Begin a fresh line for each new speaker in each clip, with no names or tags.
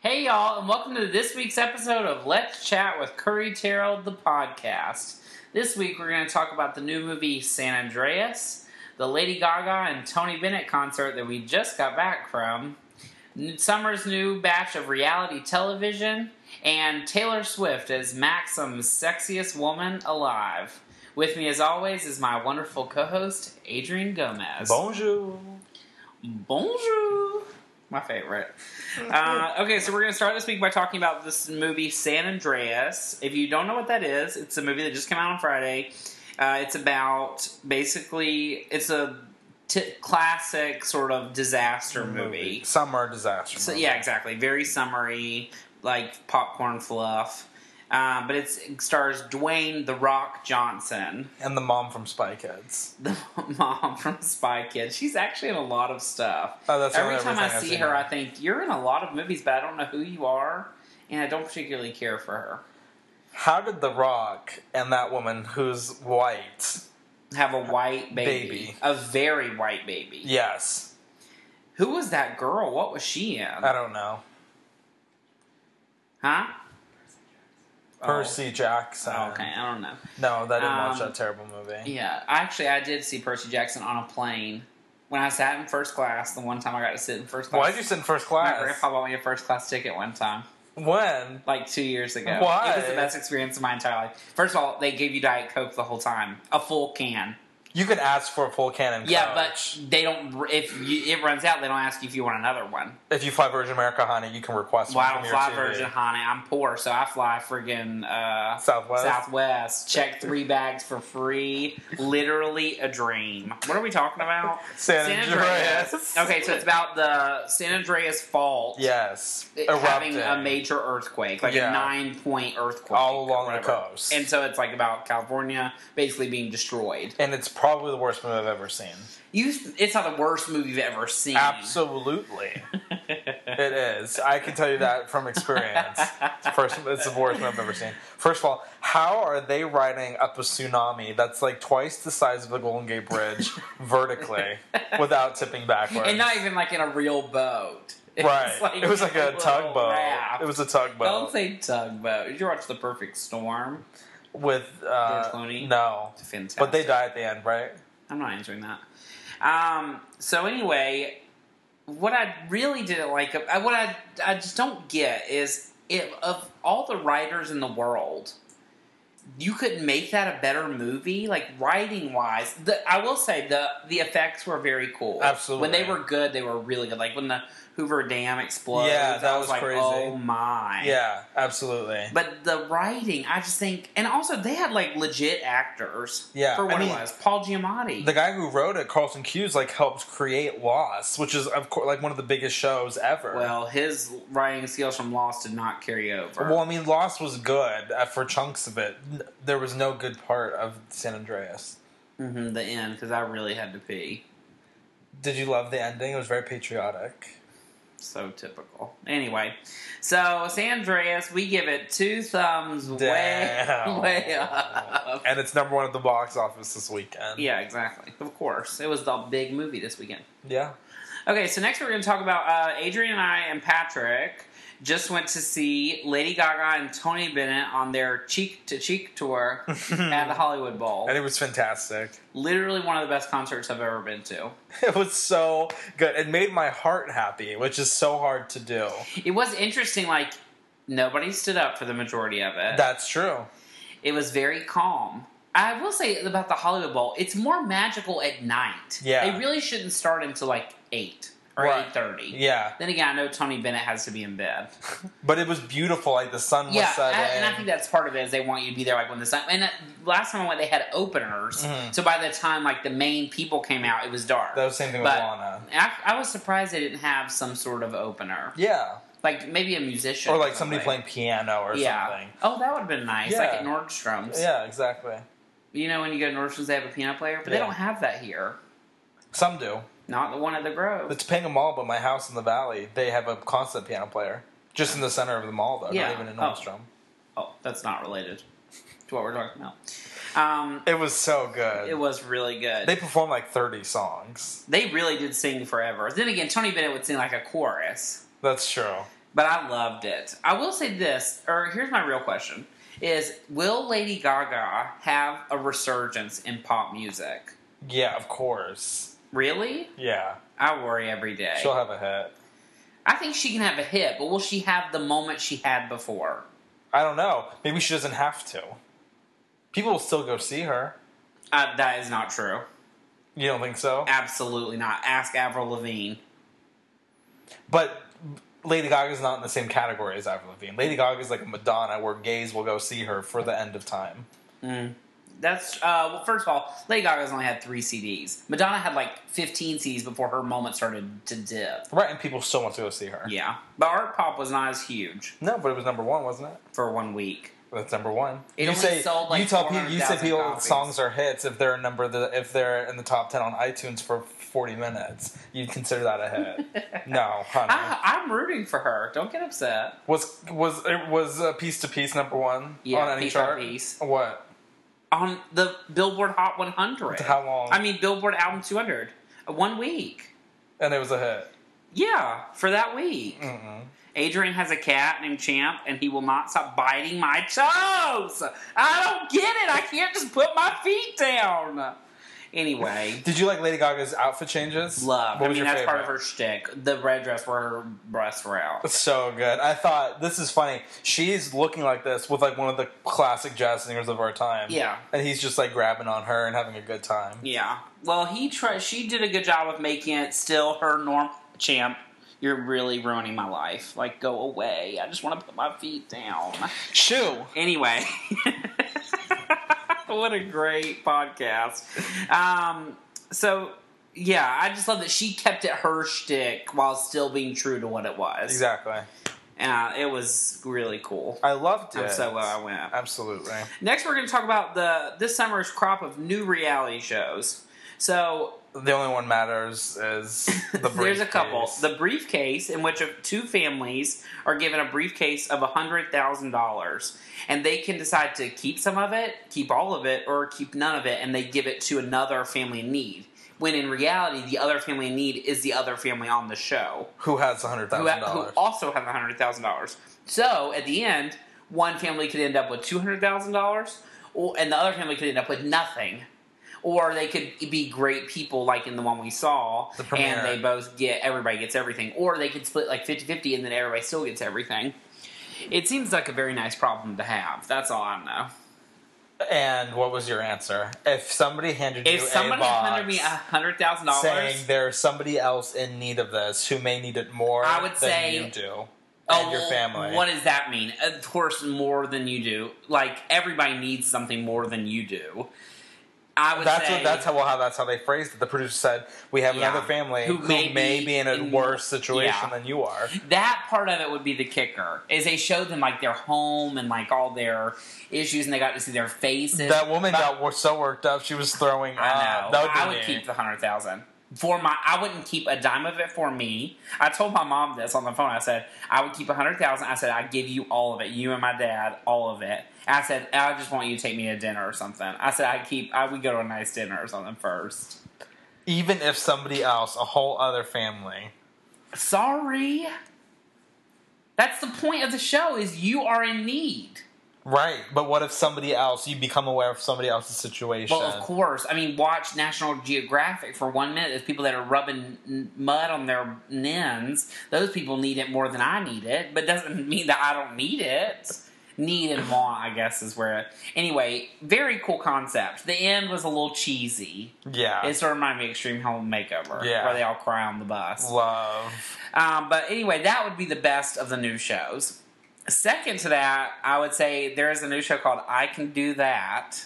Hey, y'all, and welcome to this week's episode of Let's Chat with Curry Terrell, the podcast. This week, we're going to talk about the new movie San Andreas, the Lady Gaga and Tony Bennett concert that we just got back from, summer's new batch of reality television, and Taylor Swift as Maxim's sexiest woman alive. With me, as always, is my wonderful co host, Adrian Gomez.
Bonjour.
Bonjour. My favorite. Uh, okay, so we're going to start this week by talking about this movie, San Andreas. If you don't know what that is, it's a movie that just came out on Friday. Uh, it's about basically, it's a t- classic sort of disaster movie.
Summer disaster.
So
movie.
yeah, exactly. Very summary, like popcorn fluff. Um, but it's, it stars Dwayne the Rock Johnson,
And the mom from Spy Kids.
the mom from Spy Kids. She's actually in a lot of stuff.
Oh, that's the
Every
only
time
other
I
thing I've
see
seen
her, I think you're in a lot of movies, but I don't know who you are, and I don't particularly care for her.
How did The Rock and that woman who's white?
Have a white baby,
Baby.
a very white baby.
Yes.
Who was that girl? What was she in?
I don't know.
Huh? Oh.
Percy Jackson.
Oh, okay, I don't know.
No, that didn't watch
Um,
that terrible movie.
Yeah, actually, I did see Percy Jackson on a plane when I sat in first class. The one time I got to sit in first class,
Why'd you sit in first
my
class?
grandpa bought me a first class ticket one time,
When?
like two years ago.
Why?
It was the best experience of my entire life. First of all, they gave you Diet Coke the whole time, a full can.
You could ask for a full can in
Yeah,
college.
but they don't. If you, it runs out, they don't ask you if you want another one.
if you fly Virgin America, honey, you can request
Well, I
one
don't
from
fly
your TV.
Virgin, honey. I'm poor, so I fly friggin' uh,
Southwest.
Southwest. Check three bags for free. Literally a dream. What are we talking about?
San Andreas.
Okay, so it's about the San Andreas fault.
Yes.
it-
Erupting.
Having a major earthquake, like
Yeah.
a nine point earthquake.
All along
or
the
whatever.
coast.
And so it's like about California basically being destroyed.
and it's probably the worst movie I've ever seen.
You, It's not the worst movie you've ever seen.
Absolutely. It is. I can tell you that from experience. It's First, it's the worst one I've ever seen. First of all, how are they riding up a tsunami that's like twice the size of the Golden Gate Bridge vertically without tipping backwards?
And not even like in a real boat. It
right. it was like a
little
tugboat.
raft.
It was a
Don't
tugboat
say tugboat. Did you watch The Perfect Storm?
with uh,
George Clooney?
no,
It's fantastic.
but they die at the end, right?
I'm not answering that. Um, so anyway, what I really didn't like, I- what I I just don't get is if of all the writers in the world, you could make that a better movie. Like writing wise, the, I will say the the effects were very cool.
Absolutely.
when they were good, they were really good. Like when the Hoover Dam explodes,
Yeah, that
I
was
like,
crazy.
Oh my,
Yeah, absolutely.
But the writing, I just think, and also they had like legit actors.
Yeah,
for
I
what
mean,
it was, Paul Giamatti.
the guy who wrote it, Carlton Cuse, like helped create Lost, which is of course like one of the biggest shows ever.
Well, his writing skills from Lost did not carry over.
Well, I mean, Lost was good uh, for chunks of it. N- There was no good part of San Andreas.
hmm the end, because I really had to pee.
Did you love the ending? It was very patriotic.
So typical. Anyway, so San Andreas, we give it two thumbs
Damn.
way, way up.
And it's number one at the box office this weekend.
Yeah, exactly. Of course, it was the big movie this weekend.
Yeah.
Okay, so next we're going to talk about uh, Adrian and I and Patrick just went to see Lady Gaga and Tony Bennett on their cheek to cheek tour at the Hollywood Bowl.
And it was fantastic.
Literally one of the best concerts I've ever been to.
It was so good. It made my heart happy, which is so hard to do.
It was interesting, like nobody stood up for the majority of it.
That's true.
it was very calm. I will say about the Hollywood Bowl, it's more magical at night.
Yeah.
They really shouldn't start until like eight or
Right.
eight thirty.
Yeah.
Then again, I know Tony Bennett has to be in bed.
But it was beautiful. Like the sun was
yeah, I,
setting.
and I think that's part of it is they want you to be there like when the sun. And uh, last time I went, they had openers,
Mhm.
so by the time like the main people came out, it was dark.
that was the same thing with
But-
Lana.
I, I was surprised they didn't have some sort of opener,
Yeah.
like maybe a musician
Or like somebody
something.
playing piano or something.
Oh, that would have been nice. Like
Yeah.
at Nordstrom's.
Yeah, exactly.
You know, when you go to Nordstrom's, they have a piano player, but they
Yeah.
don't have that here.
Some do.
Not the one at the Grove.
It's Panga Mall, but my house in the valley, they have a constant piano player. Just in the center of the mall, though,
Yeah.
not even in
Oh.
Nordstrom.
oh, that's not related to what we're talking about. Um,
It was so good.
it was really good.
they
They,
performed like 30 songs.
really did sing forever. Then again, Tony Bennett would sing like a chorus,
That's true.
but I loved it. I will say this, or here's my real question: Is will Lady Gaga have a resurgence in pop music?
Yeah, of course.
Really?
Yeah,
I worry every day.
she'll have a hit.
I think she can have a hit, but will she have the moment she had before?
I don't know. Maybe she doesn't have to. People will still go see her.
Uh, that is not true.
You don't think so?
Absolutely not. Ask Avril Lavigne.
But Lady Gaga's not in the same category as Avril Lavigne. Lady Gaga's like a Madonna where gays will go see her for the end of time.
That's uh, well. First of all, Lady Gaga's only had three CDs. Madonna had like fifteen CDs before her moment started to dip.
Right, and people still want to go see her.
Yeah, but Art Pop was not as huge
No, but it was number one, wasn't it?
for one week.
That's number one.
It
you
only
say
sold, like,
you tell people you say
400,000
people
copies.
songs are hits if they're a number of the, if they're in the top ten on iTunes for forty minutes. You'd consider that a hit. no, honey.
I, I'm rooting for her. Don't get upset.
was was it was uh, piece to piece number one
Yeah,
on any
Piece by
chart?
Piece.
What?
On the Billboard Hot 100.
How long?
I mean, Billboard Album 200. Uh, One week.
And it was a hit.
Yeah, for that week.
Mm-mm.
Adrian has a cat named Champ, and he will not stop biting my toes. I don't get it. I can't just put my feet down. Anyway,
Did you like Lady Gaga's outfit changes?
love.
What
I
was
mean,
your
that's
favorite?
part of her shtick. The red dress where her breasts were out.
So good. I thought this is funny. She's looking like this with like one of the classic jazz singers of our time.
Yeah.
And he's just like grabbing on her and having a good time.
Yeah. Well, he tried. She did a good job of making it still her norm. Champ, you're really ruining my life. Like, go away. I just want to put my feet down.
Shoo.
Anyway, what a great podcast. Um, so yeah, I just love that she kept it her shtick while still being true to what it was.
Exactly.
Uh, it was really cool.
I loved it.
I'm so glad I went.
Absolutely.
Next, we're going to talk about the this summer's crop of new reality shows. So
The only one matters is the briefcase.
There's a couple. The briefcase in which two families are given a briefcase of $100,000 and they can decide to keep some of it, keep all of it, or keep none of it and they give it to another family in need. When in reality, the other family in need is the other family on the show
who has hundred
who,
thousand dollars?
who also have $100,000. So at the end, one family could end up with $200,000 or- and the other family could end up with nothing. Or they could be great people like in the one we saw
The premiere.
and they both get everybody gets everything. Or they could split like 50-50 and then everybody still gets everything. It seems like a very nice problem to have. That's all I know.
And what was your answer? If somebody handed
If
you
somebody
a box
handed me
saying
$100,000,
there's somebody else in need of this who may need it more,
I would
than
say-
you do
oh,
and your
well,
family.
What does that mean? Of course, more than you do. Like everybody needs something more than you do. I would
That's
say
what. That's how. Well, how that's how they phrased it. The producer said, "We have
Yeah.
another family
Who
who,
may
may,
be
be, in a
in-
worse situation
yeah.
than you are."
that part of it would be the kicker is they showed them like their home and like all their issues and they got to see their faces.
That woman got wor- so worked up, she was throwing
I
up.
know.
Uh, That would be
I would
me.
keep the hundred thousand for my. I wouldn't keep a dime of it for me. I told my mom this on the phone. I said I would keep a hundred thousand. I said I give you all of it. You and my dad, all of it. I said I just want you to take me to dinner or something. I said I keep. I would go to a nice dinner or something first.
Even if somebody else, a whole other family.
Sorry. That's the point of the show. Is you are in need.
Right, but what if somebody else? You become aware of somebody else's situation.
Well, of course. I mean, watch National Geographic for one minute. There's people that are rubbing n- mud on their nins. Those people need it more than I need it, but doesn't mean that I don't need it. Need and want, I guess, is where it. Anyway, very cool concept. The end was a little cheesy.
Yeah,
It sort of reminded me of Extreme Home Makeover,
Yeah.
where they all cry on the bus.
love.
Um, but anyway, that would be the best of the new shows. Second to that, I would say there is a new show called I Can Do That.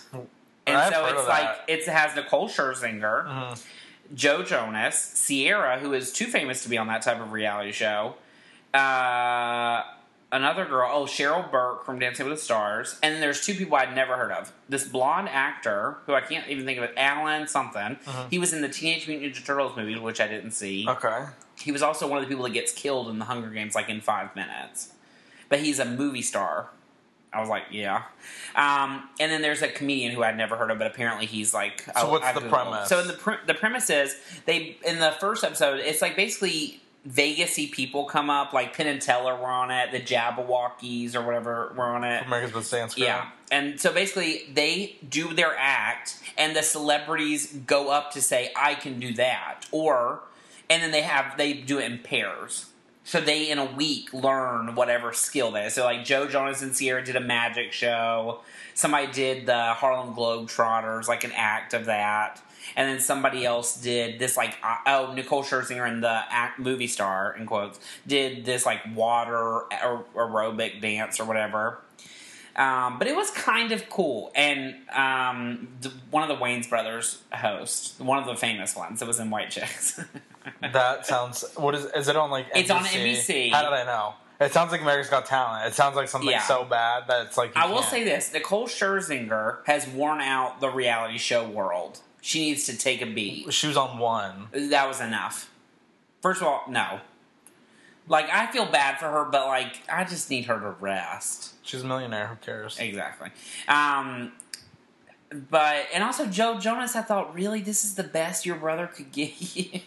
And
I've
so
heard
it's
of
like
that.
it has Nicole Scherzinger,
Mhm.
Joe Jonas, Sierra, who is too famous to be on that type of reality show, uh, another girl, oh Cheryl Burke from Dancing with the Stars, and then there's two people I'd never heard of. This blonde actor who I can't even think of it, Alan something.
Mm-hmm.
He was in the Teenage Mutant Ninja Turtles movie, which I didn't see.
Okay,
He was also one of the people that gets killed in the Hunger Games, like in five minutes. But he's a movie star. I was like, yeah. Um, and then there's a comedian who I'd never heard of, but apparently he's like. So
what's the premise?
So in the pre- the premise is they in the first episode, it's like basically Vegasy people come up, like Penn and Teller were on it, the Jabberwockies or whatever were on it.
America's Best Dance Crew.
Yeah. And so basically, they do their act, and the celebrities go up to say, I can do that. Or, and then they have, they do it in pairs. So they, in a week, learn whatever skill that is. So, like, Joe Jonas and Sierra did a magic show. Somebody did the Harlem Globetrotters, like an act of that. And then somebody else did this, like, uh, oh, Nicole Scherzinger and the act, movie star, in quotes, did this, like, water aer- aerobic dance or whatever. Um, but it was kind of cool. And um, th- one of the Wayne's Brothers hosts, one of the famous ones that was in White Chicks.
That sounds. What is? Is it on like? NBC?
It's on NBC.
How did I know? It sounds like America's Got Talent. It sounds like something
Yeah.
so bad that it's like. you
I will
can't.
say this Nicole Scherzinger has worn out the reality show world. She needs to take a beat.
she was on one.
That was enough. First of all, no. Like, I feel bad for her, but, like, I just need her to rest.
She's a millionaire. Who cares?
Exactly. Um, but and also Joe Jonas, I thought, really, this is the best your brother could get you.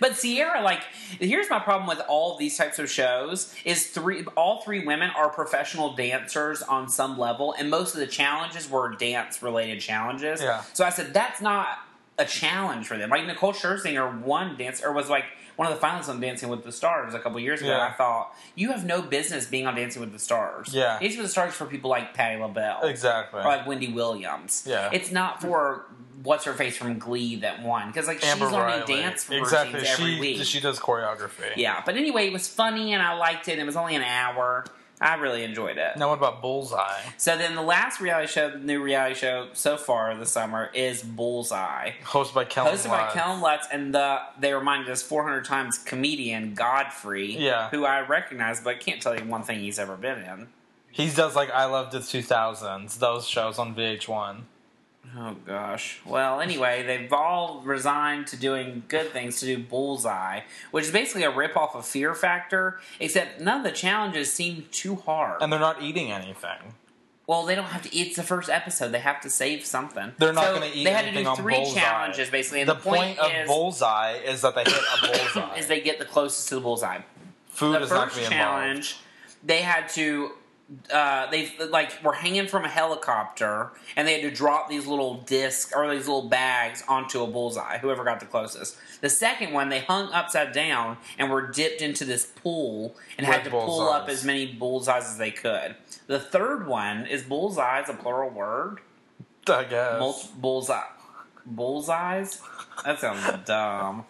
but Sierra, like, here's my problem with all these types of shows: is three, all three women are professional dancers on some level, and most of the challenges were dance-related challenges.
Yeah.
So I said, that's not a challenge for them. Like Nicole Scherzinger won dance, or was like one of the finalists on Dancing with the Stars a couple years ago.
Yeah.
I thought you have no business being on Dancing with the Stars.
Yeah.
Dancing with the Stars is for people like Patti LaBelle
Exactly.
or like Wendy Williams.
Yeah.
It's not for what's her face from Glee that won because like
Amber
she's
Riley.
learning dance routines
exactly.
every
she
week.
she does choreography.
yeah, but anyway, it was funny and I liked it. and It was only an hour. I really enjoyed it.
Now what about Bullseye?
So then the last reality show, the new reality show so far this summer is Bullseye.
Hosted by Kellen.
Hosted by
Lutz.
Kellen Lutz and the they reminded us 400 times comedian Godfrey,
Yeah.
who I recognize but can't tell you one thing he's ever been in.
He does like I Love the 2000s. Those shows on VH1.
Oh gosh. Well, anyway, they've all resigned to doing good things to do Bullseye, which is basically a ripoff of Fear Factor, except none of the challenges seem too hard.
And they're not eating anything.
well, they don't have to. It's the first episode; they have to save something.
They're not
So
going to eat
They had to
anything
do three
on Bullseye.
challenges basically, and
The, point, of
is,
Bullseye is that they hit a bullseye.
is they get the closest to the bullseye.
Food
the
is not
first
going to be involved.
challenge, they had to. Uh, they like were hanging from a helicopter, and they had to drop these little discs or these little bags onto a bullseye. Whoever got the closest. The second one, they hung upside down and were dipped into this pool and had to
With
pull up
bullseyes.
as many bullseyes as they could. The third one is bullseyes a plural word?
I guess.
Multi- bullseye, bullseyes. That sounds dumb.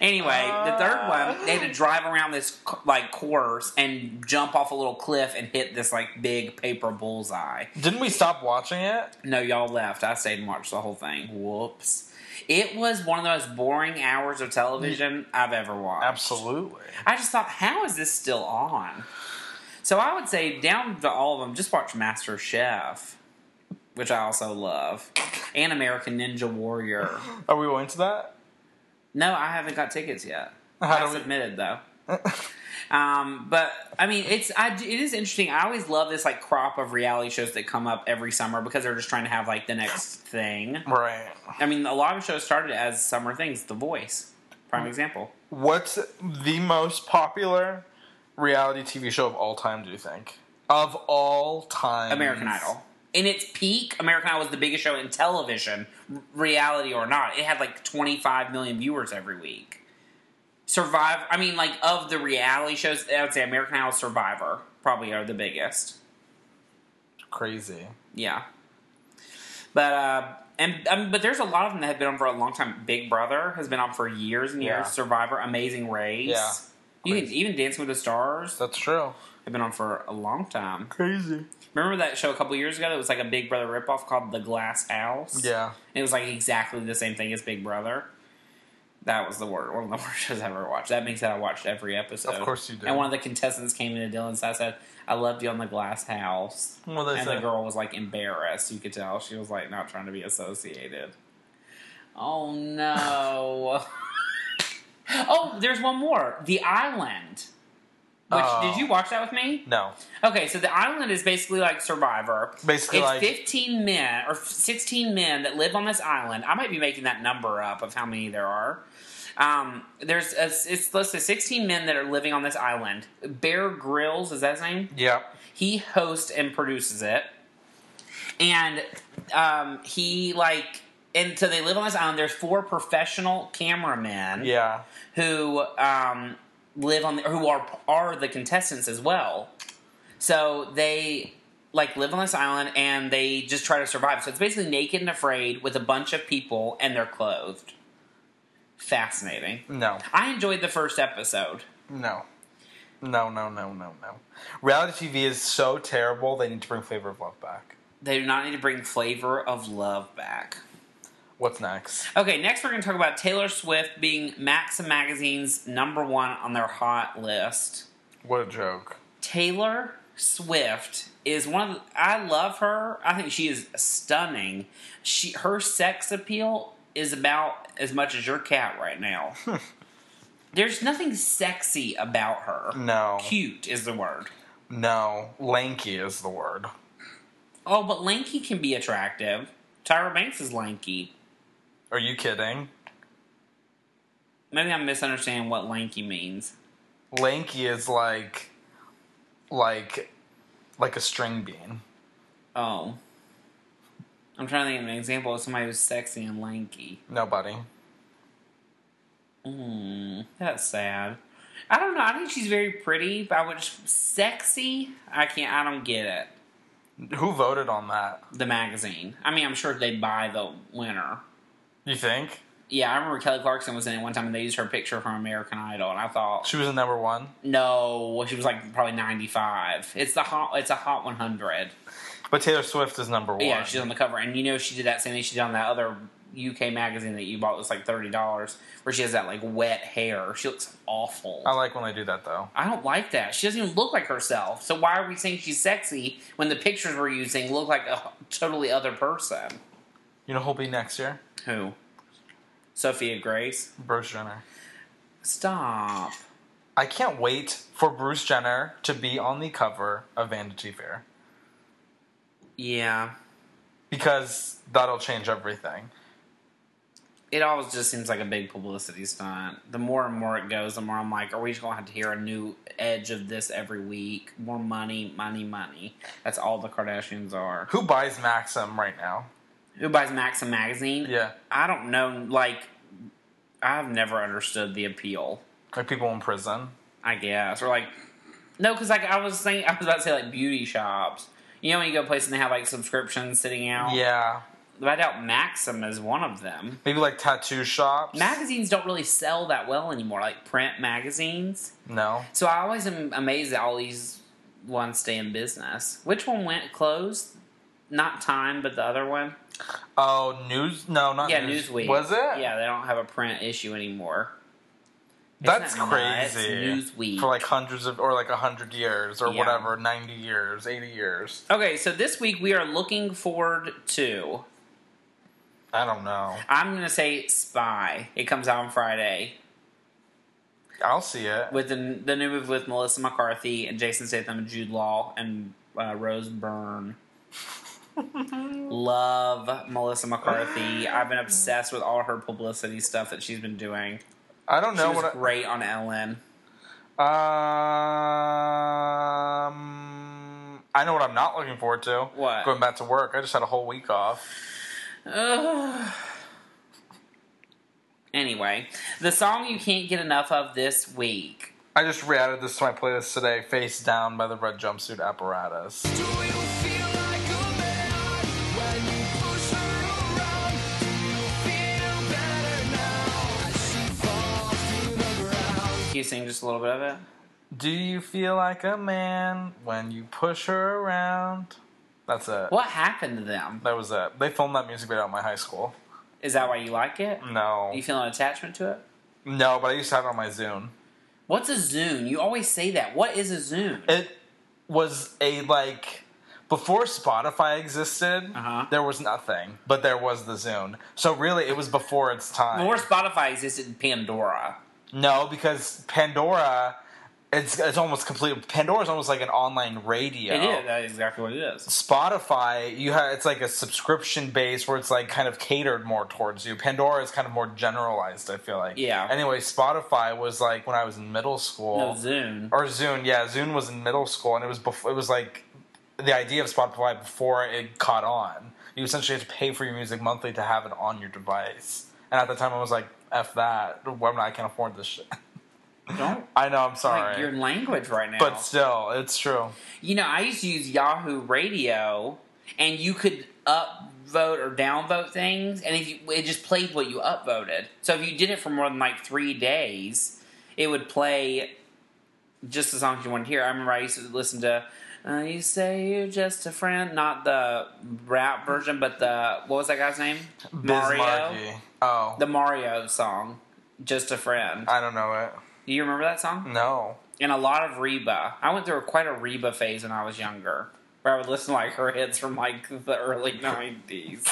Anyway, the third one, they had to drive around this like course and jump off a little cliff and hit this like big paper bullseye.
Didn't we stop watching it?
No, y'all left. I stayed and watched the whole thing. Whoops. It was one of the most boring hours of television I've ever watched.
Absolutely.
I just thought, how is this still on? So I would say, down to all of them, just watch Master Chef, which I also love, and American Ninja Warrior.
Are we going to that? No,
No, I haven't got tickets yet.
How
I
do we-
submitted though. um, but I mean, it's I, do- it is interesting. I always love this like crop of reality shows that come up every summer because they're just trying to have like the next thing.
Right.
I mean, a lot of shows started as summer things. The Voice, prime example.
What's the most popular reality TV show of all time, do you think? Of all time.
American Idol. In its peak, American Idol was the biggest show in television, r- reality or not. It had like 25 million viewers every week. Survive, I mean, like of the reality shows, I would say American Idol, Survivor probably are the biggest.
Crazy.
Yeah. But uh and I mean, but there's a lot of them that have been on for a long time. Big Brother has been on for years and years.
Yeah.
Survivor, Amazing Race.
Yeah.
You can, even Dancing with the Stars
That's true.
have been on for a long time.
Crazy.
Remember that show a couple years ago that was like a Big Brother ripoff called The Glass House?
Yeah.
It was like exactly the same thing as Big Brother. That was the word one of the worst shows I ever watched. That makes it I watched every episode.
Of course you did.
And one of the contestants came into Dylan's house and said, I loved you on the glass house.
Well, that's
And the
it.
girl was like embarrassed. You could tell she was like not trying to be associated. Oh no. oh, there's one more. The Island. Which
Oh.
did you watch that with me?
No.
Okay, so The Island is basically like Survivor.
Basically,
it's
like.
15 men or 16 men that live on this island. I might be making that number up of how many there are. Um, there's a, it's listed 16 men that are living on this island. Bear Grylls is that his name?
Yeah.
He hosts and produces it, and um, he like and so they live on this island. There's four professional cameramen
Yeah.
who um, live on the, who are are the contestants as well. So they like live on this island and they just try to survive. So it's basically naked and afraid with a bunch of people and they're clothed. Fascinating.
No.
I enjoyed the first episode.
No. No, no, no, no, no. Reality TV is so terrible, they need to bring Flavor of Love back.
They do not need to bring flavor of love back.
What's next?
Okay, next we're going to talk about Taylor Swift being Maxim magazine's number one on their hot list.
What a joke.
Taylor Swift is one of the, I love her. I think she is stunning. She her sex appeal is about as much as your cat right now. There's nothing sexy about her.
No.
Cute is the word.
No. Lanky is the word.
Oh, but lanky can be attractive. Tyra Banks is lanky.
Are you kidding?
Maybe I'm misunderstanding what lanky means.
Lanky is like like like a string bean.
Oh. I'm trying to think of an example of somebody who's sexy and lanky.
Nobody.
Mm, that's sad. I don't know. I think she's very pretty, but I would sexy. I can't. I don't get it.
Who voted on that?
The magazine. I mean, I'm sure they buy the winner.
You think?
Yeah, I remember Kelly Clarkson was in it one time, and they used her picture from American Idol, and I thought,
She was the number one.
no, she was like probably 95. It's the hot. It's a hot 100.
But Taylor Swift is number one.
Yeah, she's on the cover, and you know she did that same thing she did on that other UK magazine that you bought. It was like thirty dollars, where she has that like wet hair. She looks awful.
I like when they do that though.
I don't like that. She doesn't even look like herself. So why are we saying she's sexy when the pictures we're using look like a totally other person?
You know who'll be next year?
Who? Sophia Grace.
Bruce Jenner.
Stop.
I can't wait for Bruce Jenner to be on the cover of Vanity Fair
Yeah.
because that'll change everything.
It always just seems like a big publicity stunt. The more and more it goes, the more I'm like, are we just going to have to hear a new edge of this every week? More money, money, money. That's all the Kardashians are.
Who buys Maxim right now?
Who buys Maxim magazine?
Yeah,
I don't know. Like, I've never understood the appeal.
like people in prison.
I guess, or like, no, because like I was saying, I was about to say like beauty shops. You know when you go to places and they have like subscriptions sitting out.
Yeah,
but I doubt Maxim is one of them.
maybe like tattoo shops.
Magazines don't really sell that well anymore, like print magazines.
no,
So I always am amazed that all these ones stay in business. Which one went closed? Not Time, but the other one.
oh news. No, not
Yeah,
news.
Newsweek.
Was it?
Yeah, they don't have a print issue anymore. Isn't
that's
that nuts?
crazy.
Newsweek.
For like hundreds of, or like a hundred years, or
Yeah.
whatever, ninety years, eighty years.
okay, so this week we are looking forward to
I don't know.
I'm gonna say Spy. It comes out on Friday
I'll see it.
with the, the new movie with Melissa McCarthy and Jason Statham and Jude Law and uh, Rose Byrne. Love Melissa McCarthy. I've been obsessed with all her publicity stuff that she's been doing.
I don't
She
know
was
what. I-
great on Ellen.
Um, I know what I'm not looking forward to.
What?
Going back to work. I just had a whole week off.
Ugh. Anyway, the song you can't get enough of this week.
I just re-added this to my playlist today. Face Down by the Red Jumpsuit Apparatus.
Do you feel like a man when you push her around? Do you feel better now as she falls to the ground?
Can you sing just a little bit of it?
Do you feel like a man when you push her around? That's it.
What happened to them?
That was it. They filmed that music video at my high school.
Is that why you like it?
No,
You feel an attachment to it?
no, but I used to have it on my Zune.
What's a Zune? You always say that. What is a Zune?
It was a like before Spotify existed.
Uh-huh.
There was nothing, but there was the Zune. So really, it was before its time.
Before Spotify existed, Pandora.
No, because Pandora It's it's almost complete. Pandora's almost like an online radio.
It is. That's exactly what it is.
Spotify, you have it's like a subscription base where it's like kind of catered more towards you. Pandora is kind of more generalized. I feel like.
Yeah.
Anyway, Spotify was like when I was in middle school
No, Zune.
or Zune. Yeah, Zune was in middle school, and it was before. It was like the idea of Spotify before it caught on. You essentially had to pay for your music monthly to have it on your device. And at the time, I was like, "F that! Why am I I can't afford this shit."
Don't
I know. I'm sorry.
like your language right now.
but still, it's true.
you know, I used to use Yahoo Radio, and you could upvote or downvote things, and if you, it just played what you upvoted. So if you did it for more than like three days, it would play just the songs you wanted to hear. I remember I used to listen to. Uh, you say you're just a friend, not the rap version, but the what was that guy's name?
Bismarcky. Oh,
the Mario song, "Just a Friend."
I don't know it.
Do you remember that
Mm.
song?
No.
and a lot of Reba. I went through quite a Reba phase when I was younger, where I would listen to like her hits from like the early nineties.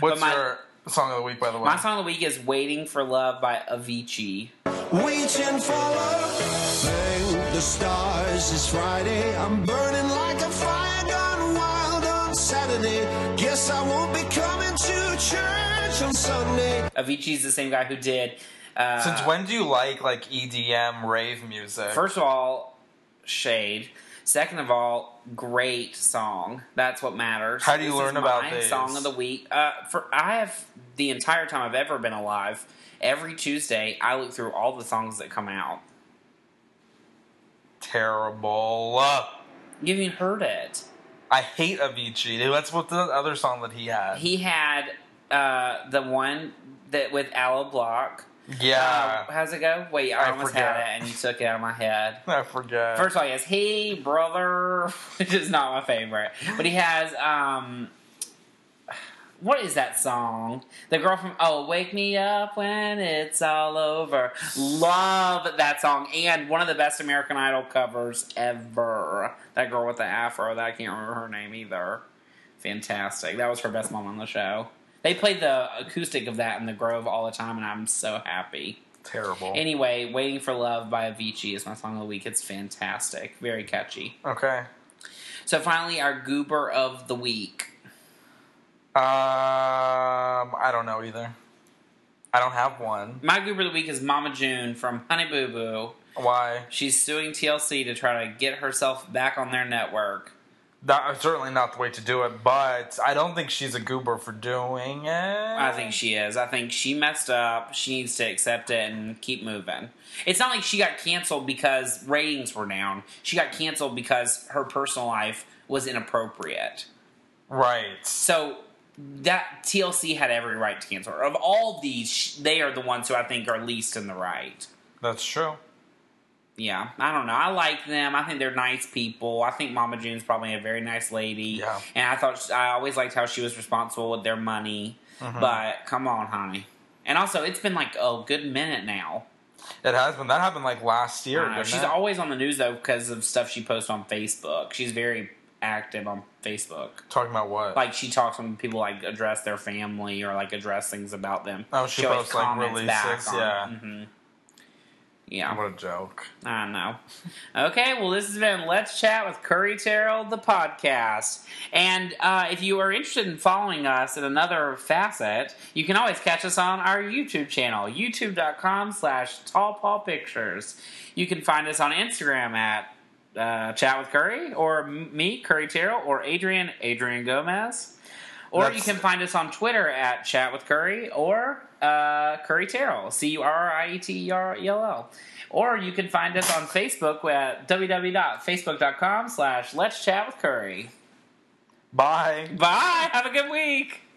What's
my-
your song of the week, by the way?
My song of the week is "Waiting for Love" by Avicii.
Reaching for love. Thank the stars, it's Friday. I'm burning like a fire gone wild on Saturday. Guess I won't be coming to church on Sunday.
Avicii's the same guy who did. Uh,
Since when do you like like EDM rave music?
First of all, shade. Second of all, great song. That's what matters.
How do you
This is
learn about
my
these?
Song of the week. Uh, for I have the entire time I've ever been alive. Every Tuesday, I look through all the songs that come out.
terrible.
You haven't even heard it.
I hate Avicii. That's what the other song that he had.
He had uh, the one that with Aloe Block.
yeah,
Um, how's it go? Wait, I,
I
almost
forget.
had it and you took it out of my head.
I forget.
First of all, he has Hey Brother, which is not my favorite. But he has, um, what is that song? The girl from, oh, Wake Me Up When It's All Over. Love that song. And one of the best American Idol covers ever. That girl with the afro, that I can't remember her name either. Fantastic. That was her best moment on the show. They played the acoustic of that in the Grove all the time, and I'm so happy.
terrible.
Anyway, Waiting for Love by Avicii is my song of the week. It's fantastic. Very catchy.
okay.
So finally, our goober of the week.
Um, I don't know either. I don't have one.
My goober of the week is Mama June from Honey Boo Boo.
Why?
She's suing TLC to try to get herself back on their network.
That certainly not the way to do it. But I don't think she's a goober for doing it.
I think she is. I think she messed up. She needs to accept it and keep moving. It's not like she got canceled because ratings were down. She got canceled because her personal life was inappropriate.
right.
So that TLC had every right to cancel her. Of all these, sh- they are the ones who I think are least in the right.
That's true.
Yeah, I don't know. I like them. I think they're nice people. I think Mama June's probably a very nice lady.
Yeah.
And I thought sh I always liked how she was responsible with their money.
Mm-hmm.
But come on, honey. And also, it's been like a good minute now.
It has been. That happened like last year.
Uh,
didn't
she's
it?
always on the news though because of stuff she posts on Facebook. She's very active on Facebook.
talking about what?
like she talks when people like address their family or like address things about them.
Oh, she
always
posts, like,
comments
releases,
back on-
yeah.
mhm. Yeah,
what a joke.
I know. Okay, well, this has been Let's Chat with Curry Terrell, the podcast. And uh, if you are interested in following us in another facet, you can always catch us on our YouTube channel, youtube.com slash tallpawpictures. You can find us on Instagram at uh, Chat with Curry, or m- me, Curry Terrell, or Adrian, Adrian Gomez. Or
That's-
you can find us on Twitter at Chat with Curry or uh, Curry Terrell, C U R I E T E R E L L. Or you can find us on Facebook at www.facebook.com slash Let's Chat with Curry.
Bye.
Bye. Have a good week.